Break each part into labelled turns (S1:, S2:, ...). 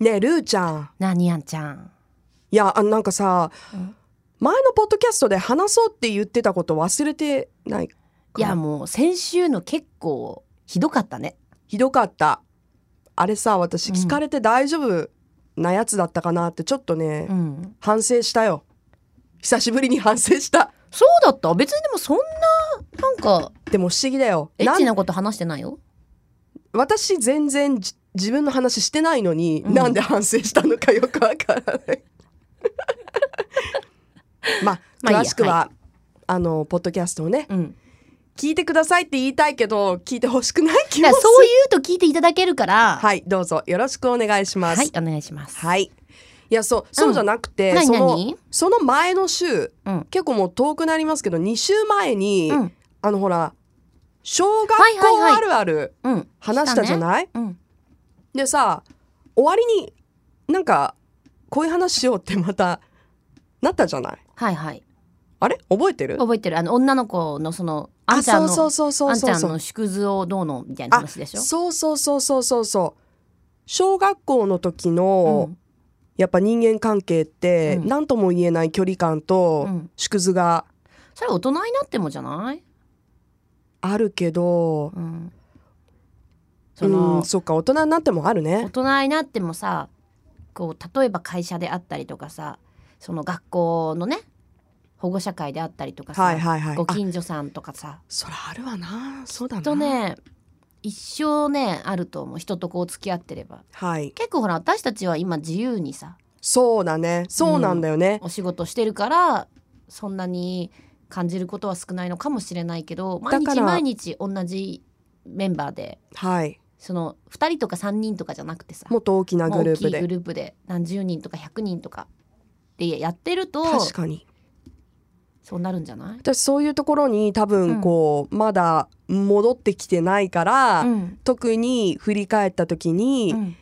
S1: ねえルーちゃん
S2: なあにやんちゃん
S1: いやあなんかさ、
S2: うん
S1: 前のポッドキャストで話そうって言ってたこと忘れてない
S2: いやもう先週の結構ひどかったね
S1: ひどかったあれさ私
S2: うん
S1: 聞かれて大丈夫なやつだったかなってちょっとね、
S2: うん
S1: 反省したよ久しぶりに反省した
S2: そうだった別にでもそんななんか
S1: でも不思議だよ
S2: エッ
S1: な
S2: チ
S1: ん
S2: なこと話してないよ
S1: 私全然じ自分の話してないのに、
S2: うん
S1: なんで反省したのかよくわから ないまあ
S2: まあいいや
S1: 詳しくは、あのポッドキャストをね
S2: うん
S1: 聞いてくださいって言いたいけど聞いてほしくない気
S2: だ
S1: も
S2: か
S1: す
S2: ら
S1: る
S2: そういうと聞いていただけるから
S1: はいどうぞよろしくお願いします
S2: はいお願いします
S1: はい、い、やそうそうじゃなくて、
S2: 何
S1: その
S2: 何
S1: その前の週、
S2: うん
S1: 結構もう遠くなりますけど2週前に、
S2: うん
S1: あのほら小学校
S2: はいはいはい
S1: あるある
S2: うん
S1: 話したじゃ
S2: い
S1: ない、
S2: うん
S1: でさ終わりになんかこういう話しようってまたなったじゃない
S2: はいはい
S1: あれ覚えてる
S2: 覚えてるあの女の子のそのあ
S1: あ
S2: んちゃ
S1: そ
S2: ん
S1: うそ
S2: の
S1: うそうそう
S2: あ
S1: ん
S2: ち
S1: そう
S2: ゃん
S1: そう
S2: の縮図をどうのみたいな話でしょ
S1: そうそうそうそうそうそう小学校の時の、
S2: ん
S1: やっぱ人間関係って、
S2: うん
S1: 何とも言えない距離感と
S2: うん
S1: 縮図が
S2: それ大人になってもじゃない
S1: あるけど、
S2: うん
S1: う
S2: そ
S1: ん、
S2: の
S1: そっか大人になってもある
S2: 大
S1: ね
S2: 人になってもさこう例えば会社であったりとかさその学校のね保護者会であったりとかさ、
S1: はいはいはい
S2: ご
S1: あ
S2: 近所さんとかさ
S1: そらあるわなそうだな
S2: とね一生ねあると思う人とこう付き合ってれば
S1: はい
S2: 結構ほら私たちは今自由にさ
S1: そうだねそうなんだよね、
S2: お仕事してるからそんなに感じることは少ないのかもしれないけど毎
S1: だ
S2: 日
S1: から
S2: 毎日同じメンバーで
S1: はい
S2: その2人とか3人とかじゃなくてさ
S1: もっと大きな
S2: もう
S1: グル
S2: 大
S1: ー
S2: き
S1: プ
S2: いグ
S1: で
S2: ループで何十人とか100人とかでやってると
S1: 確かに
S2: そうなるんじゃない、
S1: 私そういうところに多分こう、まだ戻ってきてないから、
S2: うん
S1: 特に振り返った時に、
S2: うん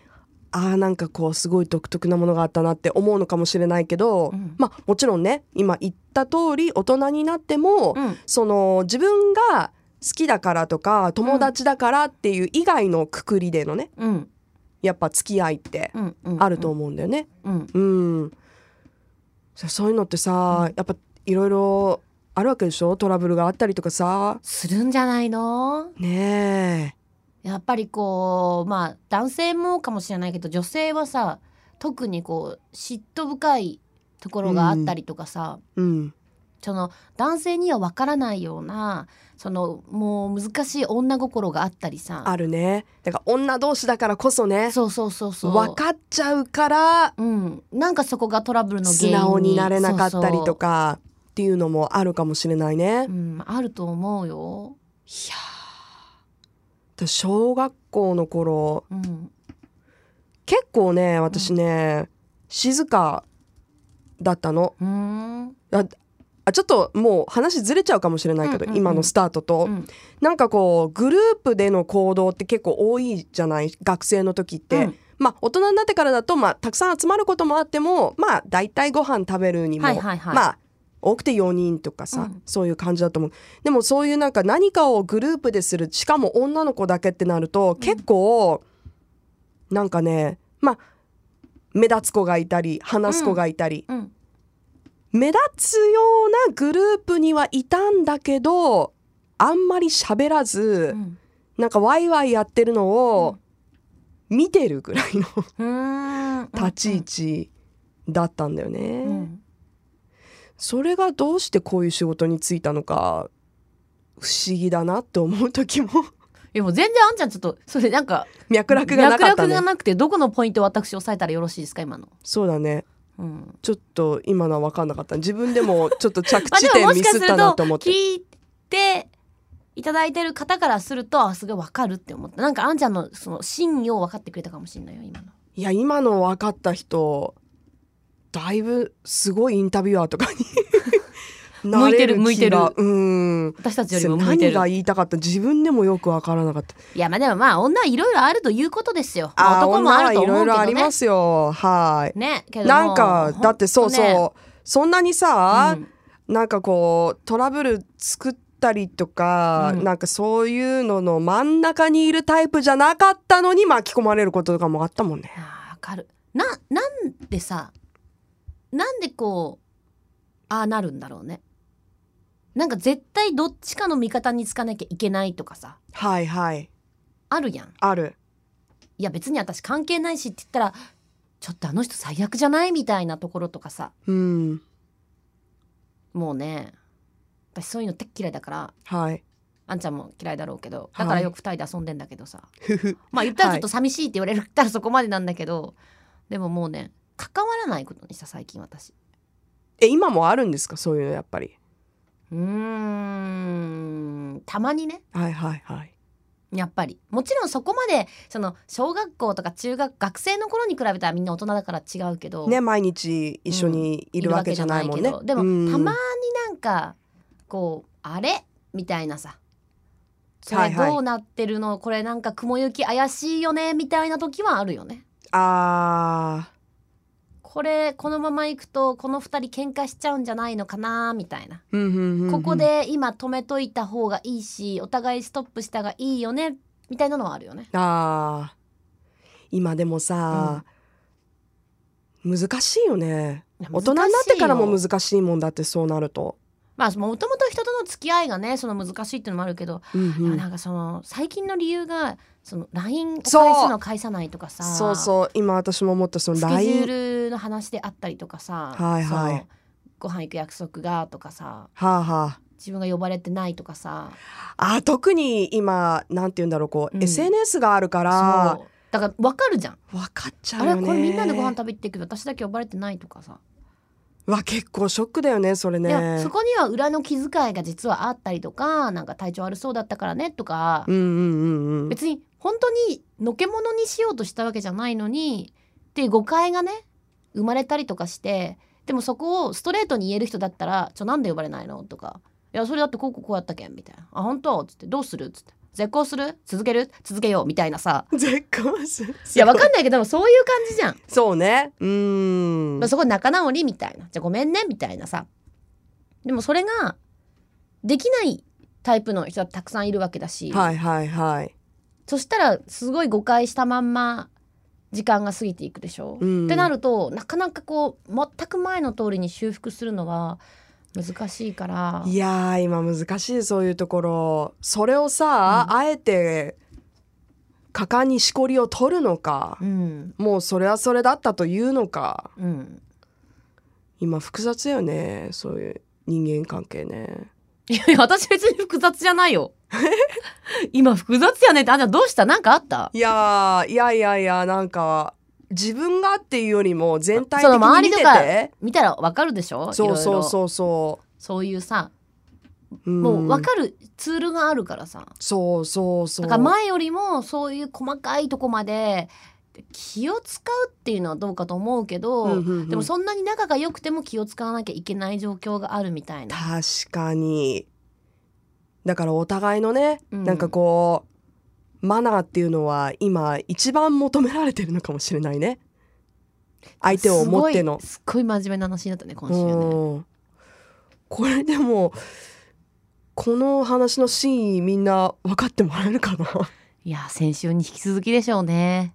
S1: ああなんかこうすごい独特なものがあったなって思うのかもしれないけど、
S2: うん
S1: まあもちろんね今言った通り大人になっても、
S2: うん
S1: その自分が好きだからとか友達だからっていう以外のくくりでのね
S2: うん
S1: やっぱ付き合いって
S2: うんうん
S1: あると思うんだよね。
S2: うん
S1: うん、そそういうのってさ、やっぱいろいろあるわけでしょトラブルがあったりとかさ
S2: するんじゃないの
S1: ね
S2: やっぱりこうまあ男性もかもしれないけど女性はさ特にこう嫉妬深いところがあったりとかさ、
S1: え、うん、
S2: その男性にはわからないようなそのもう難しい女心があったりさ
S1: あるねだから女同士だからこそね
S2: そうそうそうそう
S1: 分かっちゃうから
S2: うん、なんかそこがトラブルの原
S1: 素
S2: 因に
S1: 直になれなかったり
S2: そ
S1: と
S2: う
S1: かっていうのもあるかもしれないね。
S2: そううん、あると思うよ、
S1: いやー私小学校の頃
S2: うん、
S1: 結構ね私ね、静かだったの
S2: うーん
S1: あちょっともう話ずれちゃうかもしれないけど、
S2: うんうんうん
S1: 今のスタートと、
S2: うん
S1: なんかこうグループでの行動って結構多いじゃない学生の時って、
S2: うん
S1: まあ大人になってからだと、まあ、たくさん集まることもあってもまあ大体ご飯食べるにも、
S2: はいはいはい
S1: まあ多くて4人とかさ、
S2: うん
S1: そういう感じだと思うでもそういうなんか何かをグループでするしかも女の子だけってなると結構、なんかねまあ目立つ子がいたり話す子がいたり、
S2: うん
S1: 目立つようなグループにはいたんだけどあんまり喋らず、
S2: うん
S1: なんかワイワイやってるのを見てるぐらいの
S2: うーん
S1: 立ち位置だったんだよね、
S2: うん
S1: それがどうしてこういう仕事に就いたのか不思議だなって思う時 も
S2: いやもう全然あんちゃんちょっとそれなんか
S1: 脈絡がなかった
S2: 脈絡が
S1: ね
S2: なくてどこのポイントを私押さえたらよろしいですか今の、
S1: そうだね
S2: うん、
S1: ちょっと今のは分かんなかった自分でもちょっと着
S2: まあ
S1: 地
S2: でも
S1: 点
S2: も
S1: ミ
S2: しか
S1: ス
S2: す
S1: っ
S2: る
S1: た
S2: と
S1: なと思って、
S2: 聞いていただいてる方からするとあすごいわかるって思ったなんかあんちゃんのその真意を分かってくれたかもしれないよ今の
S1: いや今の分かった人だいぶすごいインタビュアーとか になれ
S2: 向いて
S1: 気
S2: る
S1: が
S2: 向いて
S1: うん
S2: 私たちよりも向いて
S1: 何
S2: る
S1: が言いたかった自分でもよく分からなかった
S2: いやまあでもまあ女はいろいろあるということですよ。まあ
S1: ー
S2: 男もあると
S1: 女
S2: 思
S1: は
S2: う
S1: いろいろあ
S2: け
S1: り
S2: どね
S1: ま。すよはい
S2: ねけども
S1: なんかだってそうそう、
S2: ほんとね
S1: そんなにさ
S2: う、ん
S1: なんかこうトラブル作ったりとか、
S2: うん
S1: なんかそういうのの真ん中にいるタイプじゃなかったのに巻き込まれることとかもあったもんね
S2: あーわかる。ななんでさなんでこうああなるんだろうねなんか絶対どっちかの味方につかなきゃいけないとかさ
S1: はいはい
S2: あるやん
S1: ある
S2: いや別に私関係ないしって言ったらちょっとあの人最悪じゃないみたいなところとかさ
S1: うん
S2: もうね私そういうのって嫌いだから
S1: はい
S2: あんちゃんも嫌いだろうけど
S1: はい
S2: だからよく2人で遊んでんだけどさ、
S1: ふふ
S2: まあ言ったらちょっと寂しいって言われたらそこまでなんだけど、でももうね関わらないことにした最近私
S1: え今もあるんですかそういうのやっぱり
S2: うーんたまにね
S1: はいはいはい
S2: やっぱりもちろんそこまでその小学校とか中学学生の頃に比べたらみんな大人だから違うけど、
S1: ね毎日一緒にいるわけじゃないもんね、
S2: いるわけじゃないけど
S1: う
S2: でも
S1: ん
S2: たまになんかこうあれみたいなさそれ
S1: はい
S2: どうなってるの、これなんか雲行き怪しいよねみたいな時はあるよね
S1: あ
S2: これこのまま行くとこの2人喧嘩しちゃうんじゃないのかなみたいな、
S1: ー、うんうんうんうん
S2: ここで今止めといた方がいいしお互いストップしたがいいよねみたいなのはあるよね
S1: あー今でもさ、難しいよね
S2: いや
S1: 大人になってからも
S2: 難しいよ
S1: 難しいもんだってそうなると、
S2: まあもともと人との付き合いがねその難しいっていうのもあるけど、
S1: うん
S2: で
S1: う
S2: も
S1: ん
S2: なんかその最近の理由がその LINE を返す
S1: そう
S2: の返さないとかさ
S1: そうそう今私も思ったその
S2: スケジュ
S1: LINE
S2: ールの話であったりとかさ、
S1: はいはい
S2: そのご飯行く約束がとかさ
S1: はあは
S2: 自分が呼ばれてないとかさ
S1: ああー特に今なんて言うんだろうこう、
S2: うん
S1: SNS があるから
S2: そうだから分かるじゃん
S1: 分かっちゃ
S2: あ
S1: うよ
S2: れ
S1: ね
S2: これみんなでご飯食べ行ってるけど私だけ呼ばれてないとかさ、
S1: わ結構ショックだよねそれ
S2: いや
S1: ね
S2: そこには裏の気遣いが実はあったりとかなんか体調悪そうだったからねとか、
S1: うんうんうんうん
S2: 別に本当にのけものにしようとしたわけじゃないのにっていう誤解がね生まれたりとかしてでもそこをストレートに言える人だったら「ちょなんで呼ばれないの?」とか「いやそれだってこうこうこうやったけん」みたいな「あ本当?」っつって「どうする?」っつって「絶交する続ける続けよう」みたいなさ
S1: 絶好する
S2: いやわかんないけどでもそういう感じじゃん、
S1: そうねうーん
S2: まあそこで仲直りみたいな「じゃあごめんね」みたいなさでもそれができないタイプの人はたくさんいるわけだし、
S1: はいはいはい
S2: そしたらすごい誤解したまんま時間が過ぎていくでしょ、
S1: うん
S2: ってなるとなかなかこう全く前の通りに修復するのは難しいから
S1: いやー今難しいそういうところそれをさ、あえて果敢にしこりを取るのか
S2: う、ん
S1: もうそれはそれだったというのか
S2: うん
S1: 今複雑よねそういう人間関係ね
S2: いやいや私別に複雑じゃな いよ今複雑やねってあんたどうしたなんかあった
S1: いやーいやいやいやなんか自分がっていうよりも全体
S2: そ
S1: 的
S2: の
S1: に見
S2: 周りと
S1: て
S2: か
S1: て
S2: 見たらわかるでしょ
S1: そう
S2: いろ
S1: そ
S2: いうろ
S1: そうそ
S2: そういうさ
S1: う、
S2: もうわ
S1: る
S2: かるツールがあるからさ、
S1: そうそうそう
S2: だから前よりもそういう細かいとこまで気を使うっていうのはどうかと思うけど、
S1: うんうんうん
S2: でもそんなに仲が良くても気を使わなきゃいけない状況があるみたいな。
S1: 確かにだからお互いのね、
S2: うん
S1: なんかこうマナーっていうのは今一番求められてるのかもしれないね相手を思っての、
S2: すごいすっごい真面目な話になったね今週ね。
S1: うん、これでもこの話の真意みんな分かってもらえるかな
S2: いや先週に引き続きでしょうね。